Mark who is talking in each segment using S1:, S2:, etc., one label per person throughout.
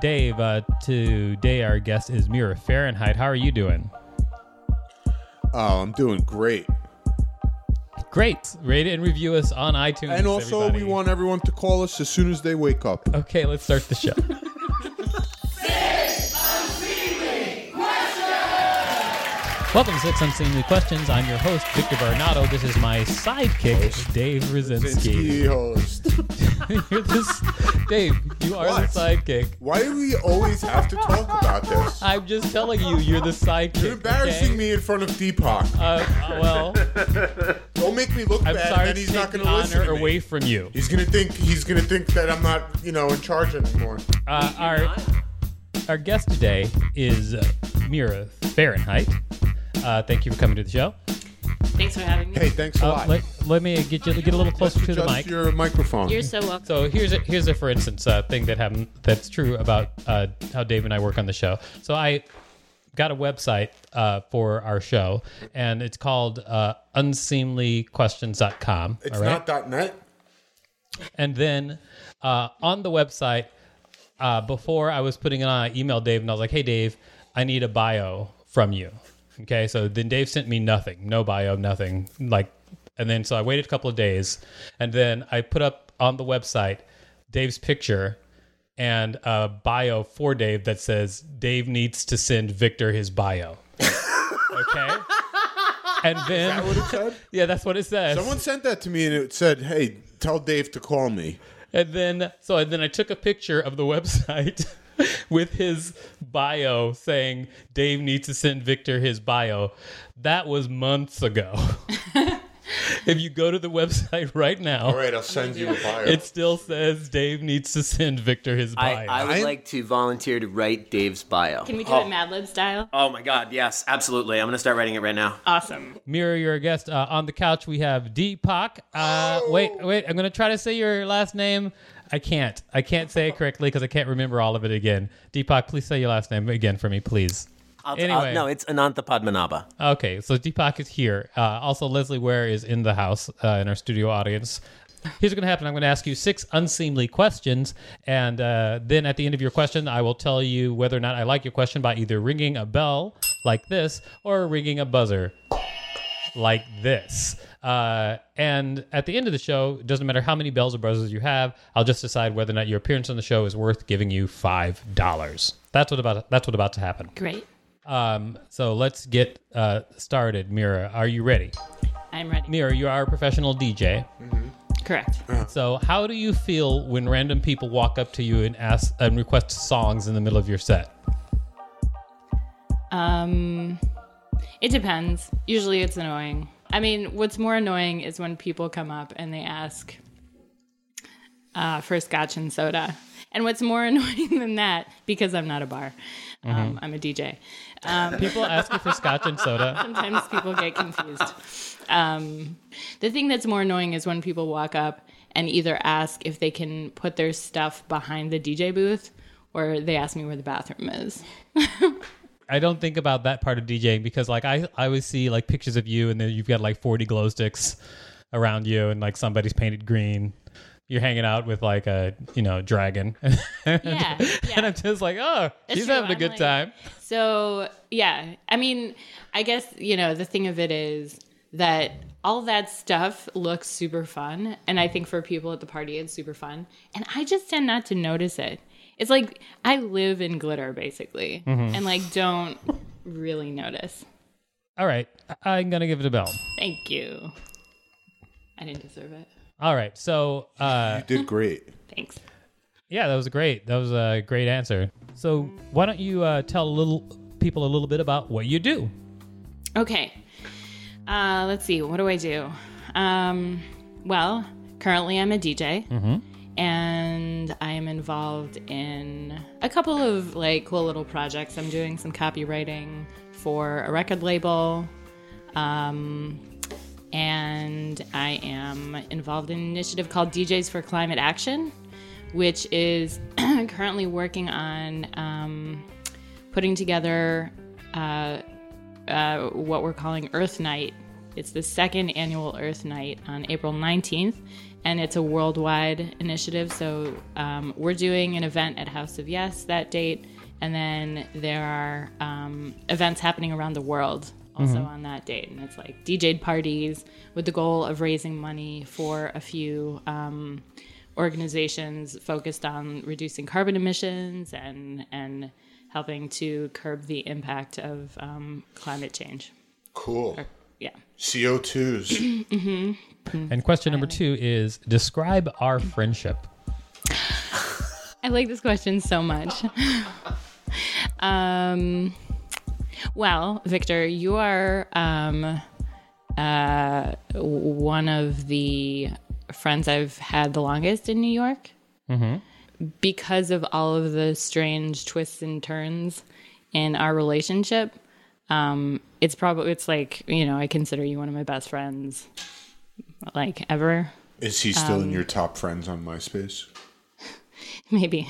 S1: Dave, uh, today our guest is Mira Fahrenheit. How are you doing?
S2: Oh, I'm doing great.
S1: Great. Rate and review us on iTunes.
S2: and also,
S1: everybody.
S2: we want everyone to call us as soon as they wake up.
S1: Okay, let's start the show. Welcome to Six Unseemly Questions. I'm your host, Victor Barnato. This is my sidekick, Dave Rosinski.
S2: Ski host.
S1: You're this, Dave, you are
S2: What?
S1: the sidekick.
S2: Why do we always have to talk about this?
S1: I'm just telling you, you're the sidekick.
S2: You're embarrassing
S1: okay?
S2: me in front of Deepak.
S1: Uh, well,
S2: Don't make me look
S1: I'm
S2: bad,
S1: sorry
S2: and then
S1: to
S2: he's
S1: take
S2: not going
S1: the
S2: to listen
S1: honor
S2: to me.
S1: away from you.
S2: He's going to think he's going to think that I'm not, you know, in charge anymore.
S1: Uh, our our guest today is uh, Mira Fahrenheit. Uh, thank you for coming to the show.
S3: Thanks for having me.
S2: Hey, thanks a
S1: Uh,
S2: lot.
S1: let, let me get you get a little closer to the
S2: Adjust
S1: mic.
S2: your microphone.
S3: You're so welcome.
S1: So here's a here's a for instance uh, thing that happened that's true about uh, how Dave and I work on the show. So I got a website uh, for our show, and it's called uh, unseemlyquestions.com.
S2: it's
S1: all right?
S2: not dot .net.
S1: And then uh, on the website, uh, before I was putting it on, I emailed Dave and I was like, hey, Dave, I need a bio from you. Okay. So then Dave sent me nothing, no bio, nothing. Like, and then so I waited a couple of days and then I put up on the website Dave's picture and a bio for Dave that says, Dave needs to send Victor his bio. okay. And then,
S2: What it said?
S1: yeah, that's what it says.
S2: Someone sent that to me, and it said, "Hey, tell Dave to call me."
S1: And then so and then I took a picture of the website with his bio saying Dave needs to send Victor his bio. That was months ago. if you go to the website right
S2: All
S1: now,
S2: right, I'll send you a bio.
S1: it still says Dave needs to send Victor his bio.
S4: I, I would
S2: I-
S4: like to volunteer to write Dave's bio.
S3: Can we do
S4: oh.
S3: it Mad Lib style?
S4: Oh my God! Yes, absolutely. I'm gonna start writing it right now.
S3: Awesome.
S1: Mira, you're a guest uh, on the couch. We have Deepak. Uh, Wait, wait. I'm gonna try to say your last name. I can't. I can't say it correctly because I can't remember all of it again. Deepak, please say your last name again for me, please.
S4: I'll,
S1: Anyway.
S4: I'll, no, it's Anantha Padmanabha.
S1: Okay, so Deepak is here. Uh, also, Leslie Ware is in the house uh, in our studio audience. Here's what's going to happen. I'm going to ask you six unseemly questions, and uh, then at the end of your question, I will tell you whether or not I like your question by either ringing a bell like this or ringing a buzzer like this. Uh, and at the end of the show, it doesn't matter how many bells or buzzers you have. I'll just decide whether or not your appearance on the show is worth giving you five dollars. That's what about that's what about to happen.
S3: Great.
S1: Um, so let's get uh, started. Mira, are you ready?
S3: I'm ready.
S1: Mira, you are a professional DJ.
S3: Correct.
S1: So how do you feel when random people walk up to you and ask and request songs in the middle of your set?
S3: Um, it depends. Usually it's annoying. I mean, what's more annoying is when people come up and they ask uh, for scotch and soda. And what's more annoying than that, because I'm not a bar, um, I'm a DJ.
S1: People ask you for scotch and soda.
S3: Sometimes people get confused. Um, the thing that's more annoying is when people walk up and either ask if they can put their stuff behind the DJ booth or they ask me where the bathroom is.
S1: I don't think about that part of DJing because like I, I always see like pictures of you and then you've got like 40 glow sticks around you and like somebody's painted green. You're hanging out with like a, you know, dragon.
S3: Yeah.
S1: and
S3: yeah.
S1: I'm just like, oh, he's
S3: true.
S1: having a
S3: I'm
S1: good
S3: like-
S1: time.
S3: So, yeah. I mean, I guess, you know, the thing of it is that all that stuff looks super fun. And I think for people at the party, it's super fun. And I just tend not to notice it. It's like I live in glitter, basically, and like don't really notice.
S1: All right. I- I'm going to give it a bell.
S3: Thank you. I didn't deserve it.
S1: All right. So, uh,
S2: you did great.
S3: Thanks.
S1: yeah, that was great. That was a great answer. So, why don't you uh, tell a little people a little bit about what you do?
S3: Okay. Uh, let's see. What do I do? Um, well, currently I'm a DJ, and involved in a couple of like cool little projects. I'm doing some copywriting for a record label. Um, and I am involved in an initiative called DJs for Climate Action, which is currently working on um, putting together uh, uh, what we're calling Earth Night. It's the second annual Earth Night on April 19th, and it's a worldwide initiative. So um, we're doing an event at House of Yes that date, and then there are um, events happening around the world also on that date. And it's like DJed parties with the goal of raising money for a few. Um, organizations focused on reducing carbon emissions and and helping to curb the impact of um, climate change.
S2: Cool.
S3: Yeah.
S2: CO2s.
S1: And question number two is describe our friendship.
S3: I like this question so much. um, well, Victor, you are um, uh, w- one of the friends I've had the longest in New York because of all of the strange twists and turns in our relationship. Um, it's probably it's like you know I consider you one of my best friends, like ever
S2: Is he still
S3: Um,
S2: in your top friends on MySpace?
S3: maybe.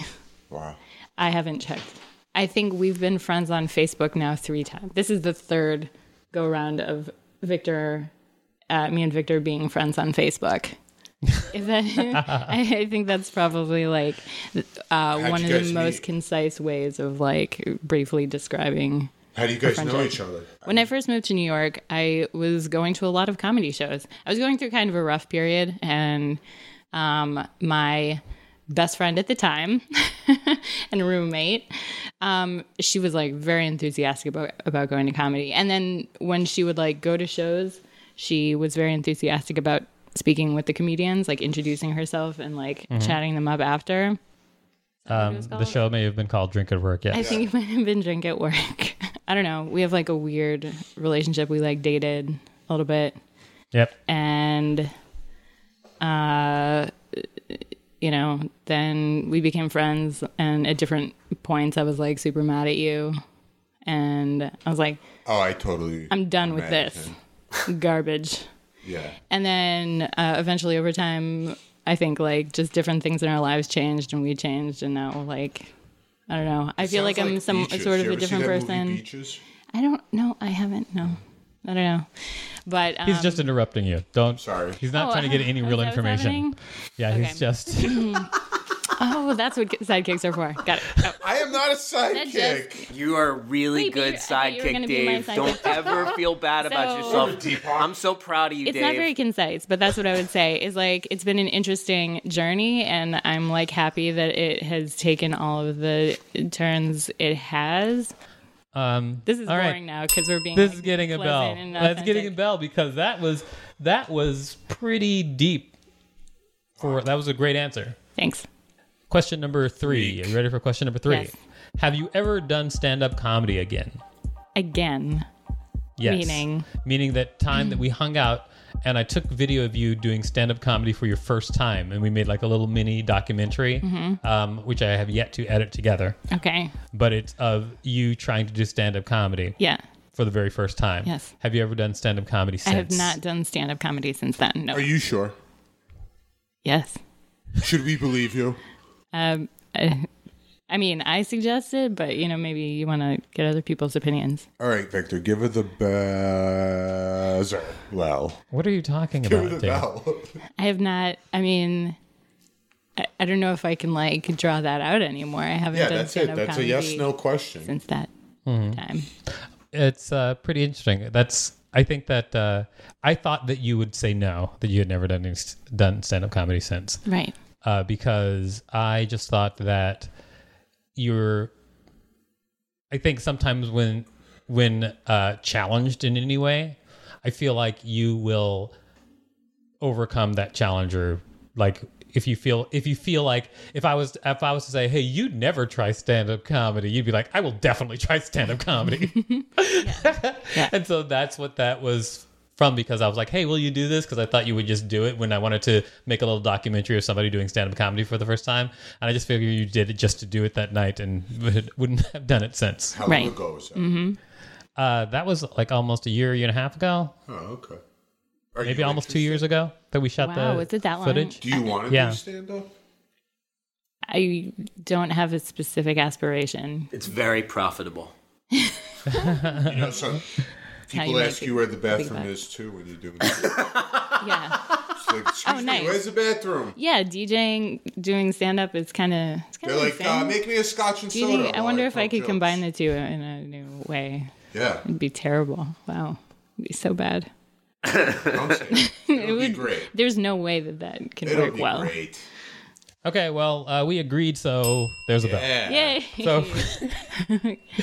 S2: Wow.
S3: I haven't checked. I think we've been friends on Facebook now three times. This is the third go round of Victor, uh, me and Victor being friends on Facebook. Is that, I, I think that's probably like uh, one
S2: you
S3: of the
S2: guys
S3: most
S2: meet?
S3: concise ways of like briefly describing
S2: How do you guys know each other?
S3: when I first moved to New York, I was going to a lot of comedy shows. I was going through kind of a rough period, and um, my best friend at the time and roommate, um, she was like very enthusiastic about, about going to comedy. And then when she would like go to shows, she was very enthusiastic about speaking with the comedians, like introducing herself and like chatting them up after.
S1: Um, the show may have been called Drink at Work. Yeah.
S3: I think it might have been drink at work. I don't know. We have like a weird relationship. We like dated a little bit
S1: yep.
S3: and uh you know, then we became friends and at different points I was like super mad at you and I was like
S2: Oh, I totally.
S3: I'm done with
S2: imagine.
S3: this garbage.
S2: Yeah.
S3: And then uh, eventually over time I think like just different things in our lives changed and we changed and now like I don't know. I feel like,
S2: Sounds
S3: I'm some
S2: Beaches.
S3: sort of
S2: You
S3: a
S2: ever see
S3: different
S2: that movie,
S3: person.
S2: Beaches?
S3: I don't know. I haven't. No, I don't know. But um,
S1: He's just interrupting you. Don't.
S2: Sorry.
S1: He's not
S3: Oh,
S1: trying to get any
S3: is
S1: real
S3: that what's
S1: information.
S3: happening?
S1: Yeah,
S3: Okay.
S1: he's just.
S3: oh, that's what sidekicks are for. Got it. Oh,
S2: I am not a
S3: just-
S2: sidekick.
S4: You are a really
S3: Wait, but
S4: good
S3: you're- I thought you were
S4: sidekick,
S3: gonna be my
S4: Dave.
S3: sidekick.
S4: Don't ever feel bad about
S3: So-
S4: yourself. I'm so proud of you,
S3: it's
S4: Dave.
S3: not very concise, but that's what I would say. Is like it's been an interesting journey, and I'm like happy that it has taken all of the turns it has.
S1: Um,
S3: This is
S1: all right.
S3: boring now now because we're being.
S1: This
S3: like,
S1: is getting a
S3: pleasant
S1: bell.
S3: and
S1: That's getting a
S3: authentic.
S1: bell because that was that was pretty deep. For that was a great answer.
S3: Thanks.
S1: Question number three. Are you ready for question number three?
S3: Yes.
S1: Have you ever done stand-up comedy again?
S3: Again,
S1: Yes.
S3: Meaning?
S1: Meaning that time that we hung out and I took video of you doing stand up comedy for your first time and we made like a little mini documentary,
S3: Mm-hmm.
S1: um, which I have yet to edit together.
S3: okay,
S1: But it's of you trying to do stand up comedy
S3: yeah.
S1: for the very first time.
S3: Yes.
S1: Have you ever done stand up comedy
S3: I
S1: since?
S3: have not done stand-up comedy since then. No.
S2: Are you sure?
S3: yes.
S2: Should we believe you?
S3: Um, I, I mean, I suggested, but you know, maybe you want to get other people's opinions.
S2: All right, Victor, give her the buzzer. Well,
S1: What are you talking
S2: give her
S1: about,
S2: the
S1: Dave?
S2: bell.
S3: I have not. I mean, I, I don't know if I can like draw that out anymore. I haven't
S2: yeah,
S3: done
S2: that's it.
S3: stand-up
S2: That's a
S3: comedy
S2: yes no question.
S3: since that
S1: Mm-hmm.
S3: time.
S1: It's uh, pretty interesting. That's. I think that uh, I thought that you would say no, that you had never done any, st- done stand up comedy since.
S3: Right.
S1: uh, because I just thought that you're. I think sometimes when when uh, challenged in any way, I feel like you will overcome that challenger. Like if you feel if you feel like if I was if I was to say, hey, you'd never try stand up comedy, you'd be like, I will definitely try stand up comedy. And so that's what that was from because I was like, hey, will you do this? Because I thought you would just do it when I wanted to make a little documentary of somebody doing stand up comedy for the first time. And I just figured you did it just to do it that night and wouldn't have done it since.
S2: How
S3: Right.
S2: long ago was that?
S3: Mm-hmm.
S1: Uh, that was like almost a year, year and a half ago,
S2: Oh, okay. Are
S1: maybe
S2: you
S1: almost
S2: interested-
S1: two years ago that we shot
S3: Wow,
S1: the
S3: was it that long?
S1: footage.
S2: Do you want to
S1: Yeah.
S2: do stand up?
S3: I don't have a specific aspiration.
S4: It's very profitable.
S2: You know, so people
S3: you
S2: ask
S3: make
S2: you where the bathroom
S3: bucks.
S2: is too when you're doing it.
S3: Yeah.
S2: It's like, excuse
S3: Oh, nice.
S2: me, where's the bathroom?
S3: yeah, DJing, doing stand up is kind of it's kind
S2: They're
S3: of
S2: like, uh, make me a scotch and
S3: Do you
S2: soda.
S3: think, I
S2: while
S3: wonder if I
S2: tell
S3: could
S2: jokes.
S3: combine the two in a new way.
S2: Yeah,
S3: It'd be terrible. Wow. It'd be so bad.
S2: don't say it. It'll be great.
S3: There's no way that that can
S2: It'll
S3: work
S2: be
S3: well.
S2: great.
S1: Okay, well, uh, we agreed, so there's a bell.
S2: Yeah.
S3: Yay.
S1: So,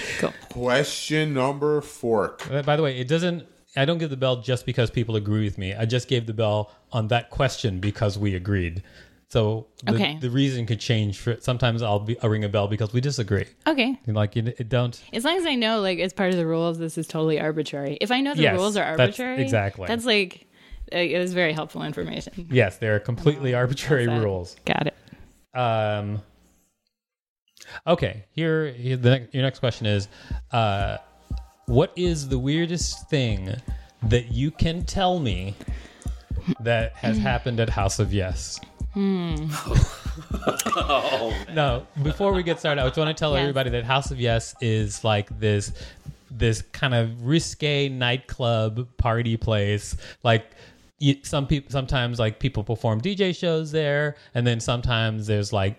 S2: Question number four.
S1: uh, by the way, it doesn't. I don't give the bell just because people agree with me. I just gave the bell on that question because we agreed. So the,
S3: Okay.
S1: the reason could change. For sometimes I'll be I'll ring a bell because we disagree.
S3: okay.
S1: Like you, it don't.
S3: As long as I know, like, as part of the rules, this is totally arbitrary. If I know the
S1: Yes,
S3: rules are
S1: that's-
S3: arbitrary,
S1: exactly.
S3: That's like, uh, it was very helpful information.
S1: Yes, they are completely arbitrary
S3: That's it.
S1: rules.
S3: Got it.
S1: Um, okay, here here- the next, your next question is, uh, what is the weirdest thing that you can tell me that has happened at House of Yes? no, before we get started, I just want to tell
S3: Yes.
S1: everybody that House of Yes is like this this kind of risque nightclub party place. Like you, some people sometimes like people perform DJ shows there, and then sometimes there's like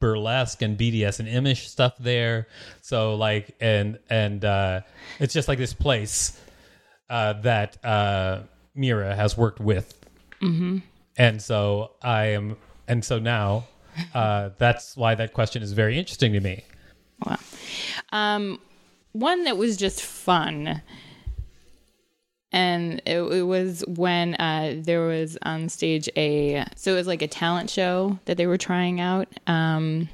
S1: burlesque and BDS and Imish stuff there. So like and and uh, it's just like this place uh, that uh, Mira has worked with and so I am, and so now, uh, that's why that question is very interesting to me.
S3: Wow. Um, one that was just fun. And it, it was when uh, there was on stage a so it was like a talent show that they were trying out, um,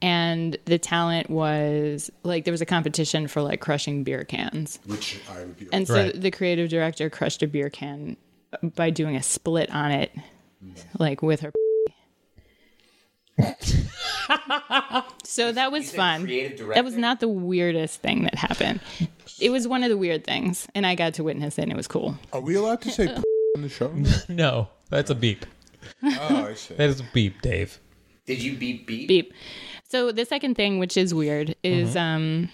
S3: and the talent was like there was a competition for like crushing beer cans,
S2: Which I would be.
S3: and so
S1: Right.
S3: the creative director crushed a beer can by doing a split on it, like with her. so that was fun.
S4: creative
S3: That was not the weirdest thing that happened. It was one of the weird things, and I got to witness it, and it was cool.
S2: Are we allowed to say p- on the show?
S1: No, that's a beep.
S2: Oh, I see.
S1: That is a beep, Dave.
S4: Did you beep beep?
S3: Beep. So the second thing, which is weird, is um,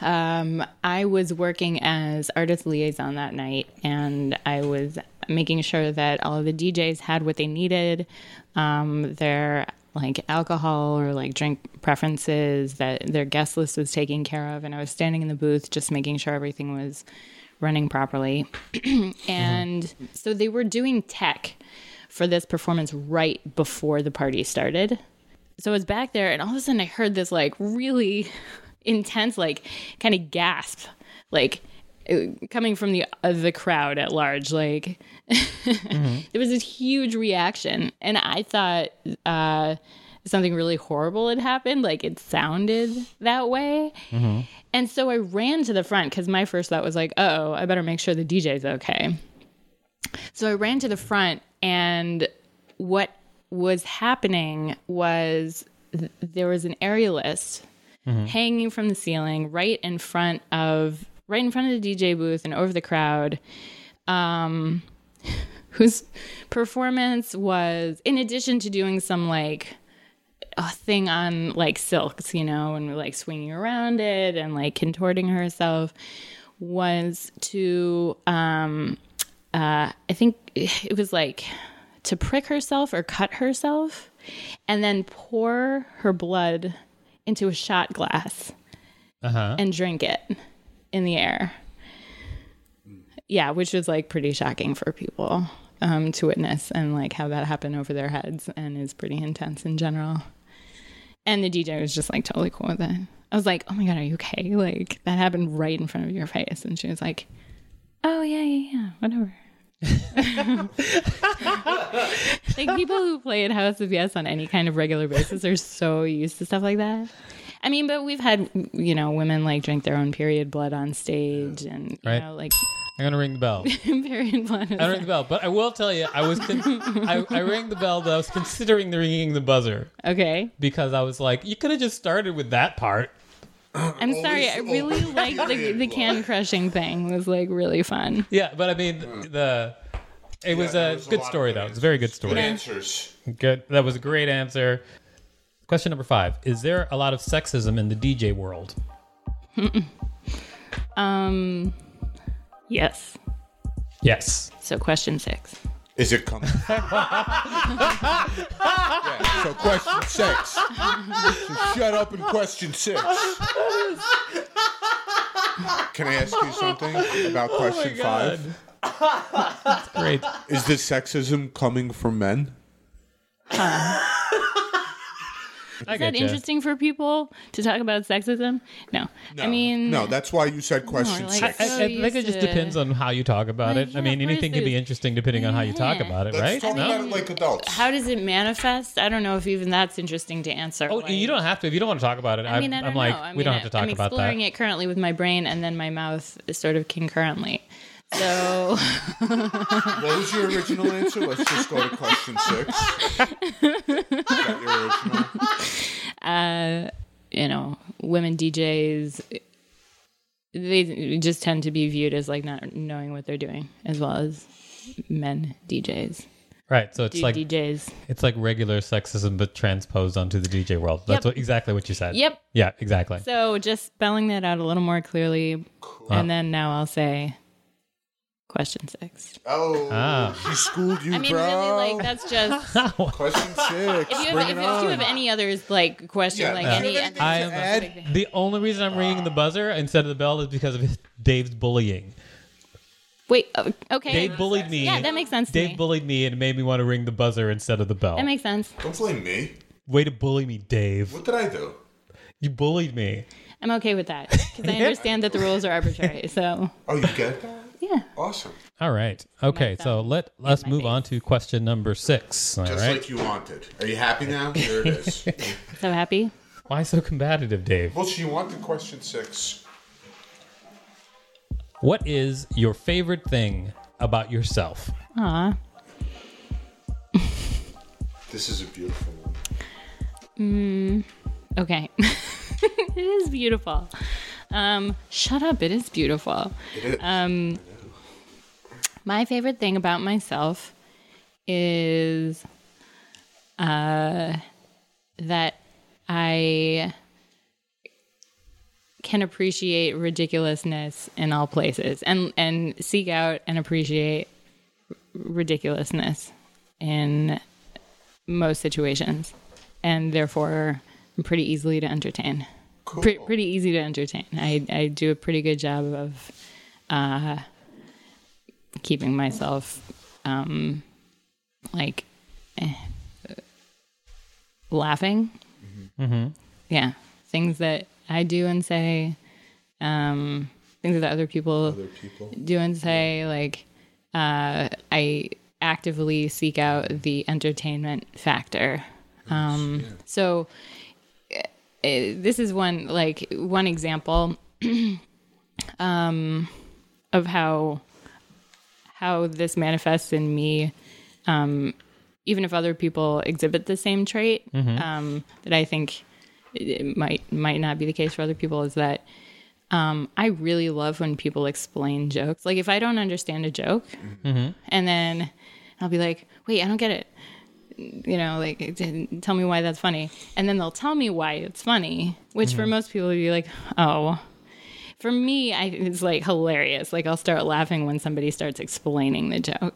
S3: um, I was working as artist liaison that night, and I was making sure that all of the DJs had what they needed, um, their like alcohol or like drink preferences, that their guest list was taken care of, and I was standing in the booth just making sure everything was running properly. and so they were doing tech for this performance right before the party started so I was back there, and all of a sudden I heard this like really intense, like kind of gasp, like it- coming from the uh, the crowd at large. Like there was this huge reaction, and I thought uh, something really horrible had happened. Like it sounded that way, and so I ran to the front because my first thought was like, "Oh, I better make sure the DJ's okay." So I ran to the front, and what was happening was th- there was an aerialist hanging from the ceiling right in front of right in front of the DJ booth and over the crowd. Um, whose performance was in addition to doing some like a thing on like silks, you know, and like swinging around it and like contorting herself was to um uh I think it was like to prick herself or cut herself and then pour her blood into a shot glass
S1: Uh-huh.
S3: and drink it in the air. Yeah, which was like pretty shocking for people um, to witness and like have that happen over their heads and is pretty intense in general. And the DJ was just like totally cool with it. I was like, oh my God, are you okay? Like that happened right in front of your face. And she was like, oh, yeah, yeah, yeah, whatever. like people who play at House of Yes on any kind of regular basis are so used to stuff like that. I mean, but we've had you know women like drink their own period blood on stage, and you
S1: Right.
S3: know like
S1: I'm gonna ring the bell.
S3: period blood.
S1: I don't ring the bell, but I will tell you, I was con- I, I rang the bell though. I was considering the ringing the buzzer
S3: okay,
S1: because I was like, you could have just started with that part.
S3: I'm sorry. I really like the the can crushing thing. Was like really fun.
S1: Yeah, but I mean the. It was
S2: Hmm. there
S1: a
S2: was a
S1: good
S2: lot of
S1: story
S2: good
S1: though. It's a very good story.
S2: Good answers.
S1: Good. That was a great answer. Question number five: Is there a lot of sexism in the DJ world?
S3: Um, yes.
S1: Yes.
S3: So question six.
S2: Is it coming? yeah, so question six. So shut up and question six. Can I ask you something about question five?
S1: Great.
S2: Is the sexism coming from men?
S1: I
S3: Is that interesting for people to talk about sexism? No. I mean,
S2: no. That's why you said question
S3: No, like-
S2: six.
S1: I, I think it
S3: used
S1: just
S3: to-
S1: depends on how you talk about
S3: Like,
S1: it.
S3: yeah,
S1: I mean,
S3: of course
S1: anything can be
S3: there's-
S1: interesting depending on how you talk
S3: Yeah.
S1: about it,
S2: Let's
S1: right?
S2: talk
S1: No?
S2: about it like adults.
S3: how does it manifest? I don't know if even that's interesting to answer.
S1: Oh, you don't have to if you don't want to talk about it. I
S3: I mean, I
S1: am
S3: don't know.
S1: like,
S3: I mean,
S1: we don't have to talk
S3: I'm
S1: about that.
S3: exploring it currently with my brain and then my mouth is sort of concurrently. So
S2: What was your original answer? Let's just go to question six. Is that your original?
S3: you know, women DJs, they just tend to be viewed as like not knowing what they're doing, as well as men DJs,
S1: Right. So it's
S3: dude
S1: like
S3: DJs.
S1: it's like regular sexism but transposed onto the DJ world. That's
S3: Yep.
S1: what, exactly what you said.
S3: Yep.
S1: Yeah, exactly.
S3: So just spelling that out a little more clearly, and then now I'll say question six.
S2: Oh,
S1: Ah.
S2: she schooled you,
S3: I mean,
S2: bro.
S3: really, like that's just. if
S2: question six.
S3: you have,
S2: bring
S3: if,
S2: it
S3: if you
S2: on.
S3: have any others like question,
S2: Yeah,
S3: like
S2: if you
S3: any,
S2: have anything
S1: I am-
S2: to add,
S1: the only reason I'm ringing the buzzer instead of the bell is because of Dave's bullying.
S3: wait, oh, okay,
S1: Dave bullied me.
S3: Yeah, that makes sense to
S1: Dave
S3: me.
S1: bullied me and made me want to ring the buzzer instead of the bell.
S3: that makes sense.
S2: don't blame me.
S1: Way to bully me, Dave.
S2: What did I do?
S1: You bullied me.
S3: I'm okay with that because I understand that the rules are arbitrary. So
S2: Oh, you get that?
S3: yeah,
S2: Awesome.
S1: All right. Okay. So let us move on to question number six. All right.
S2: Just like you wanted. Are you happy now? Here it is.
S3: so happy.
S1: Why so combative, Dave?
S2: well, she wanted question six.
S1: What is your favorite thing about yourself?
S3: Aw.
S2: This is a beautiful one.
S3: Okay. it is beautiful. Um, shut up. It is beautiful. Um,
S2: It is.
S3: My favorite thing about myself is uh, that I can appreciate ridiculousness in all places and, and seek out and appreciate ridiculousness in most situations. And therefore, I'm pretty easily to entertain. Pre- pretty easy to entertain. I, I do a pretty good job of uh, keeping myself um like eh, laughing yeah things that i do and say um things that other people, do and say like uh i actively seek out the entertainment factor um so eh, eh, this is one like one example um of how how this manifests in me, um, even if other people exhibit the same trait, um, that I think it it might might not be the case for other people, is that um, I really love when people explain jokes. Like if I don't understand a joke, and then I'll be like, "Wait, I don't get it." You know, like it didn't- tell me why that's funny, and then they'll tell me why it's funny, which for most people would be like, "Oh." for me, I, it's like hilarious. Like I'll start laughing when somebody starts explaining the joke,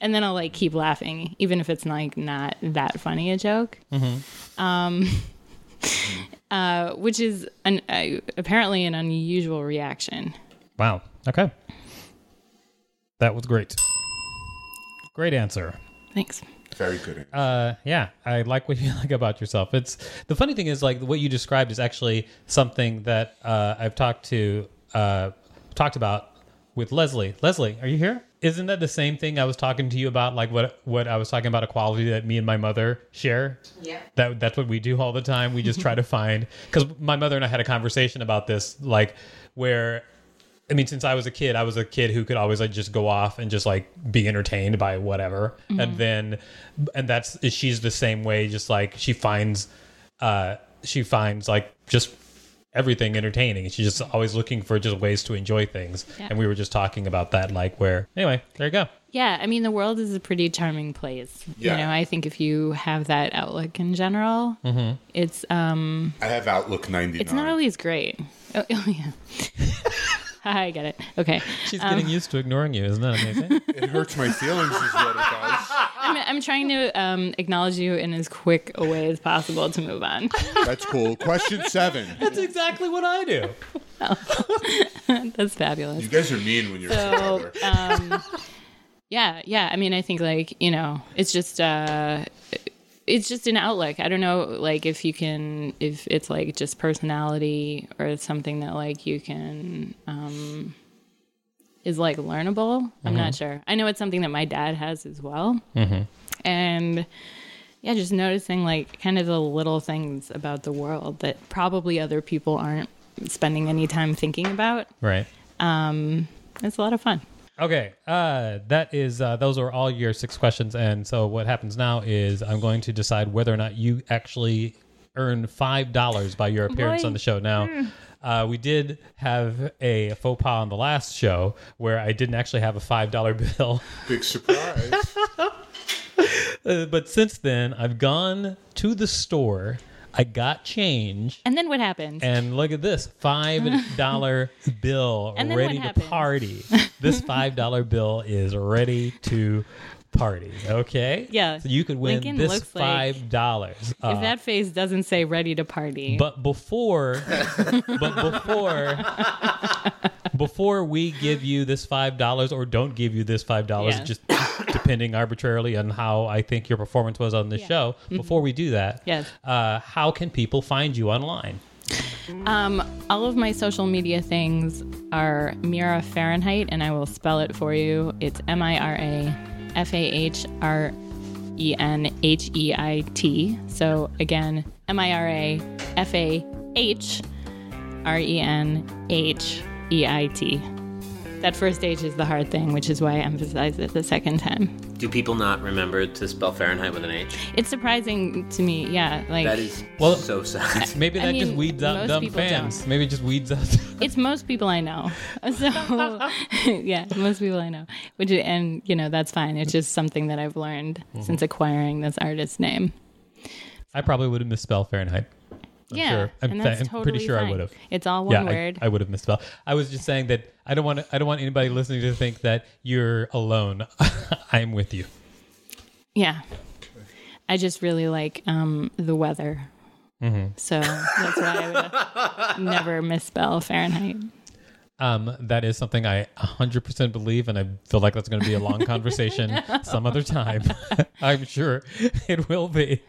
S3: and then I'll like keep laughing even if it's like not that funny a joke. Um, uh, which is an, uh, apparently an unusual reaction.
S1: Wow. Okay. That was great. Great answer.
S3: Thanks.
S2: Very good.
S1: Uh, yeah, I like what you like about yourself. It's the funny thing is like what you described is actually something that uh, I've talked to uh, talked about with Leslie. Leslie, are you here? Isn't that the same thing I was talking to you about? Like what what I was talking about a quality that me and my mother share. Yeah, that that's what we do all the time. We just try to find because my mother and I had a conversation about this, like where. I mean, since I was a kid, I was a kid who could always like just go off and just like be entertained by whatever, and then, and that's she's the same way. Just like she finds, uh, she finds like just everything entertaining. She's just always looking for just ways to enjoy things. And we were just talking about that, like where anyway, there you go.
S3: Yeah, I mean, the world is a pretty charming place.
S2: Yeah.
S3: You know, I think if you have that outlook in general, it's um,
S2: I have Outlook 99.
S3: it's not always great. Oh, oh yeah. I get it. Okay.
S1: She's getting used to ignoring you, isn't that amazing?
S2: it hurts my feelings, is what it does.
S3: I'm, I'm trying to um, acknowledge you in as quick a way as possible to move on.
S2: That's cool. Question seven.
S1: That's exactly what I do.
S3: That's fabulous.
S2: You guys are mean when you're
S3: So,
S2: together.
S3: um, yeah, yeah. I mean, I think like you know, it's just uh, it's just an outlook. I don't know, like if you can, if it's like just personality or it's something that like you can um, is like learnable. I'm not sure. I know it's something that my dad has as well, and. Yeah, just noticing like kind of the little things about the world that probably other people aren't spending any time thinking about. um,
S1: Right.
S3: It's a lot of fun.
S1: Okay, uh, that is uh, those are all your six questions, and so what happens now is I'm going to decide whether or not you actually earn five dollars by your appearance
S3: Boy.
S1: on the show. Now, uh, we did have a faux pas on the last show where I didn't actually have a five dollar bill,
S2: Big surprise.
S1: Uh, but since then I've gone to the store, I got change,
S3: And then what happens?
S1: and look at this five dollar bill
S3: And then what
S1: ready to
S3: happens?
S1: party. This five dollar bill is ready to party. Okay.
S3: Yeah.
S1: So you could win
S3: Lincoln
S1: this
S3: looks like-
S1: five dollars. Uh,
S3: if that face doesn't say ready to party,
S1: but before, but before, before we give you this five dollars or don't give you this five dollars,
S3: Yeah.
S1: just depending arbitrarily on how I think your performance was on the show. Before we do that,
S3: Mm-hmm. Yes.
S1: uh, how can people find you online?
S3: um, all of my social media things are Mira Fahrenheit, and I will spell it for you. It's M I R A F A H R E N H E I T. So again, M I R A F A H R E N H E I T. That first H is the hard thing, which is why I emphasize it the second time.
S4: Do people not remember to spell Fahrenheit with an H?
S3: It's surprising to me, yeah. Like
S4: That is
S1: Well-
S4: so sad.
S1: Maybe
S3: I
S1: that just
S3: mean,
S1: weeds out
S3: most
S1: dumb
S3: people
S1: fans.
S3: don't.
S1: Maybe it just weeds out.
S3: it's most people I know. So yeah, most people I know. Which and you know that's fine. It's just something that I've learned
S1: Mm-hmm.
S3: since acquiring this artist's name.
S1: I probably would have misspelled Fahrenheit.
S3: yeah,
S1: sure. I'm
S3: and
S1: fa-
S3: that's
S1: I'm
S3: totally
S1: pretty sure I
S3: fine.
S1: would've.
S3: It's all one
S1: yeah, I-
S3: word.
S1: I, would have misspelled. I was just saying that I don't want I don't want anybody listening to think that you're alone. I'm with you.
S3: yeah, I just really like um, the weather.
S1: Mm-hmm.
S3: So that's why I would never misspell Fahrenheit.
S1: Um, that is something I 100% believe, and I feel like that's going to be a long conversation some other time. I'm sure it will be.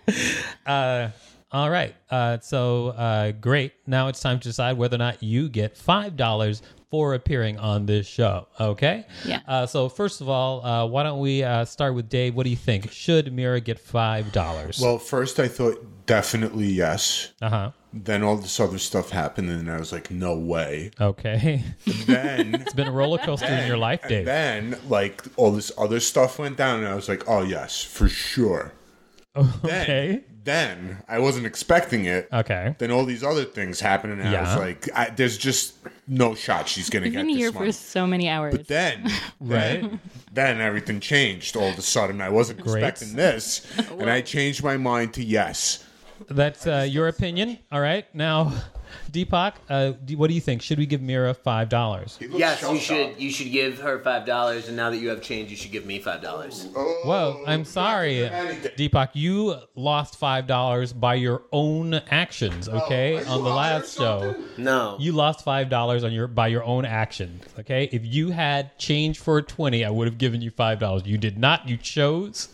S1: Uh, all right. Uh, so uh, great. Now it's time to decide whether or not you get five dollars for appearing on this show. Okay.
S3: Yeah.
S1: Uh, so first of all, uh, why don't we uh, start with Dave? What do you think? Should Mira get five dollars?
S2: Well, first I thought definitely yes.
S1: uh huh.
S2: Then all this other stuff happened, and I was like, no way.
S1: Okay. it's
S2: Then,
S1: been a roller coaster in your life, Dave.
S2: then like all this other stuff went down, and I was like, oh yes, for sure. Then,
S1: Okay.
S2: Then I wasn't expecting it.
S1: Okay.
S2: Then all these other things happened, and I
S1: Yeah.
S2: was like, I, there's just no shot she's gonna
S3: We've
S2: get
S3: been here
S2: this
S3: for
S2: money.
S3: so many hours.
S2: But then,
S1: Right.
S2: then everything changed all of a sudden. I wasn't
S1: Great.
S2: expecting this, and I changed my mind to yes.
S1: That's uh, your opinion. All right. Now, Deepak, uh, do, what do you think? Should we give Mira five dollars?
S4: yes, you should. You should give her five dollars, and now that you have change, you should give me five dollars.
S1: Oh. Whoa! I'm sorry, Deepak. You lost five dollars by your own actions.
S4: Oh,
S1: Okay, on the last show,
S4: No,
S1: you lost five dollars on your by your own actions. Okay, if you had change for a twenty, I would have given you five dollars. You did not. You chose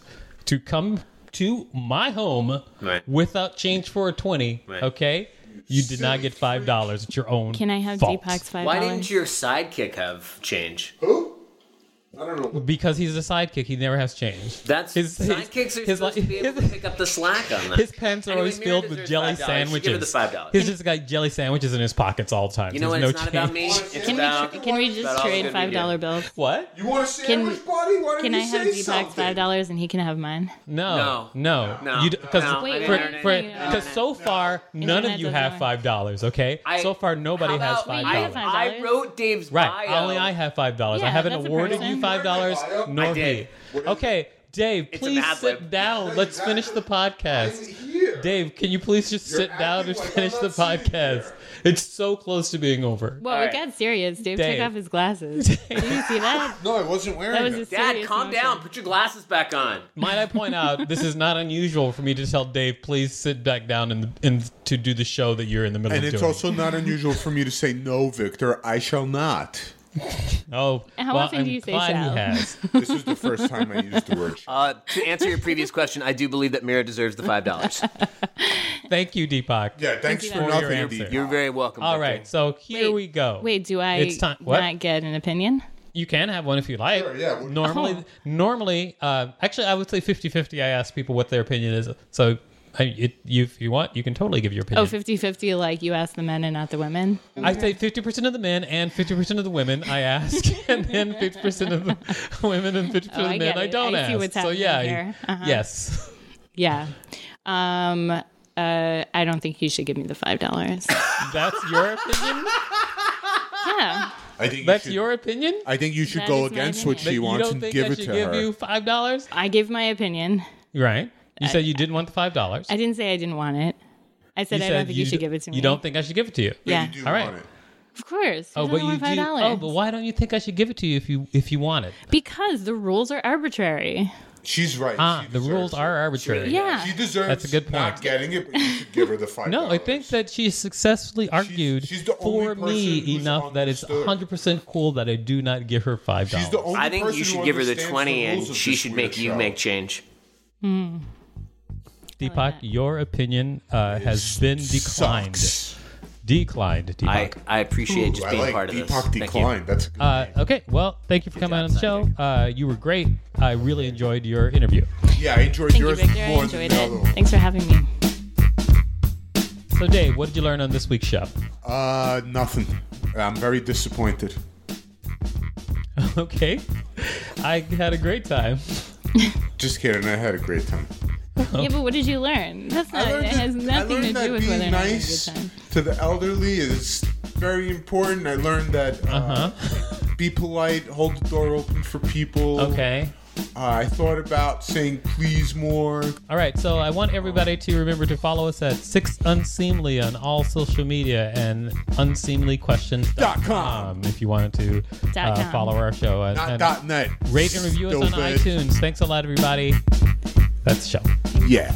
S1: to come to my home
S4: Right.
S1: without change for a twenty.
S4: Right.
S1: Okay. You did not get five dollars. It's your own.
S3: Can I have
S1: fault.
S3: Deepak's five
S4: Why
S3: dollars?
S4: didn't your sidekick have change?
S2: I don't know.
S1: because he's a sidekick. He never has change.
S4: That's
S1: His- his-
S4: sidekicks are
S1: his
S4: supposed
S1: li-
S4: to be able
S1: his-
S4: to pick up the slack on that.
S1: His pants are
S4: Anyway,
S1: always
S4: Mira
S1: filled with
S4: deserves
S1: jelly
S4: $5. She
S1: sandwiches.
S4: Give her the five dollars.
S1: He's just got jelly sandwiches in his pockets all the time.
S4: You know what?
S1: There's
S4: It's
S1: no
S4: not
S1: change.
S4: about me. It's
S2: Can
S3: Can
S4: about
S3: we can we
S4: about
S3: just
S4: all
S3: trade
S4: the good
S3: five dollar
S4: media.
S3: bills?
S1: What?
S2: You want a sandwich, buddy? Why
S3: Can
S2: didn't
S3: I
S2: you
S3: have
S2: say
S3: Deepak's
S2: something?
S3: five dollars and he can have mine?
S1: No, no,
S4: No. No.
S1: You because
S4: No. Wait,
S1: for,
S3: no, no,
S1: for,
S3: no, no,
S1: because
S4: no.
S1: so far none of
S3: Internet
S1: you
S3: doesn't
S1: have
S3: work.
S1: five dollars. Okay,
S4: I-
S1: so far nobody
S4: How
S1: has
S4: about-
S1: five
S3: Wait, you have
S1: dollars.
S3: five
S4: I, I
S3: dollars?
S4: wrote Dave's
S1: Right.
S4: bio.
S1: Only I have five dollars. I
S3: Yeah,
S1: haven't
S3: that's a
S1: awarded
S3: person.
S1: you five dollars,
S2: You heard my bio?
S1: nor
S4: I did.
S1: me. Okay, Dave,
S4: an
S1: please
S4: ad
S1: sit
S4: lib.
S1: down. Let's
S2: exactly.
S1: finish the
S2: I'm
S1: podcast.
S2: here.
S1: Dave, can you please just
S2: You're
S1: sit down
S2: acting
S1: and
S2: like I'm
S1: finish the
S2: not sitting
S1: podcast?
S2: here.
S1: It's so close to being over.
S3: Well,
S4: All
S3: we
S4: right.
S3: got serious. Dave,
S1: Dave.
S3: took off his glasses. Did you see that?
S2: No, I wasn't wearing
S3: That was
S2: it.
S3: a
S4: Dad,
S3: serious
S4: calm
S3: motion.
S4: down. Put your glasses back on.
S1: Might I point out, this is not unusual for me to tell Dave, please sit back down and, and to do the show that you're in the middle
S2: And
S1: of
S2: it's
S1: doing.
S2: also not unusual for me to say no, Victor. I shall not.
S1: oh,
S3: How
S1: well,
S3: often
S1: I'm
S3: do you say
S1: glad
S3: shall?
S1: he has.
S2: This is the first time I used the word. shall.
S4: Uh, to answer your previous question, I do believe that Mira deserves the five dollars.
S1: Thank you, Deepak.
S2: yeah, thanks for
S1: for your
S2: nothing,
S1: answer.
S2: Deepak.
S4: You're very welcome.
S1: All
S4: Victor.
S1: right, so here
S3: Wait,
S1: we go.
S3: Wait, do I
S1: It's time- what?
S3: not get an opinion?
S1: You can have one if you like.
S2: Sure, yeah, we-
S1: Normally,
S3: Oh.
S1: normally, uh, actually, I would say 50-50. I ask people what their opinion is. So, I, it, you, if you want, you can totally give your
S3: Oh,
S1: opinion.
S3: 50 50, like you ask the men and not the women.
S1: I say 50% of the men and 50% of the women I ask, and then 50% of the women and 50%
S3: Oh,
S1: of
S3: I
S1: the men
S3: get
S1: I
S3: it.
S1: don't
S3: I
S1: ask.
S3: see what's
S1: so
S3: happening
S1: yeah,
S3: here. Uh-huh.
S1: yes.
S3: Yeah. Um, uh, I don't think you should give me the $5.
S1: That's your opinion?
S3: yeah.
S2: I think you
S1: That's
S2: should-
S1: your opinion?
S2: I think you should
S3: That
S2: go
S3: is my
S2: against what
S3: opinion.
S2: she
S1: That you
S2: wants
S1: don't
S2: and
S1: think
S2: give
S1: I
S2: it
S1: should
S2: to
S1: give
S2: her.
S1: you $5?
S3: I give my opinion.
S1: Right. You said you didn't want the $5.
S3: I didn't say I didn't want it. I said,
S1: you
S3: I
S1: said
S3: don't think you, should give it to me.
S1: You don't think I should give it to you?
S3: Yeah.
S2: You do
S1: All right.
S2: want it.
S3: Of course. Who
S1: Oh, but
S3: doesn't
S1: you do.
S3: want $5?
S1: Oh, but why don't you think I should give it to you if you if you want it?
S3: Because the rules are arbitrary.
S2: She's right.
S1: Ah,
S2: She
S1: the
S2: deserves
S1: rules
S2: it.
S1: are arbitrary.
S3: Yeah.
S2: She deserves.
S1: That's a good point.
S2: Not getting it, but you should give her the five.
S1: No, I think that she successfully argued
S2: she's the only
S1: for
S2: person
S1: me
S2: who's
S1: enough that it's
S2: understood.
S1: 100% cool that I do not give her $5.
S2: she's the only
S4: I think
S2: person
S4: you should
S2: who
S4: give her the
S2: understands
S4: twenty,
S2: rules
S4: and
S2: of
S4: she
S2: this
S4: should
S2: weird
S4: make you
S2: show.
S4: make change.
S1: Deepak, your opinion uh, has been declined.
S2: Sucks.
S1: Declined,
S4: I,
S1: Deepak.
S4: I appreciate just
S2: I
S4: being
S2: like
S4: part of this.
S2: Deepak
S4: Thank you.
S2: decline. That's a good
S1: Uh, okay, well, thank you for coming on the show. Uh, you were great. I really enjoyed your interview.
S2: Yeah, I enjoyed
S3: Thank
S2: yours
S3: you, Victor. I
S2: more than
S3: enjoyed
S2: the other
S3: it.
S2: one.
S3: Thanks for having me.
S1: So, Dave, what did you learn on this week's show?
S2: Uh, nothing. I'm very disappointed.
S1: okay. I had a great time.
S2: Just kidding. I had a great time.
S3: Yeah, but what did you learn? That's not.
S2: I
S3: It
S2: learned
S3: has
S2: that- I
S3: nothing
S2: learned
S3: to
S2: that
S3: do with
S2: being
S3: whether or not you had a good
S2: nice
S3: time.
S2: to the elderly is very important. I learned that uh, be polite, hold the door open for people. Uh,
S1: Okay.
S2: I thought about saying please more.
S1: All right, so I want everybody to remember to follow us at Six Unseemly on all social media and
S2: Dot
S1: unseemlyquestions.com
S2: com.
S1: if you wanted to
S3: Dot
S1: uh,
S3: com.
S1: follow our show. And,
S2: Not
S1: and
S2: dot net.
S1: rate and review us on
S2: Stupid.
S1: iTunes. Thanks a lot, everybody. That's the show.
S2: Yeah.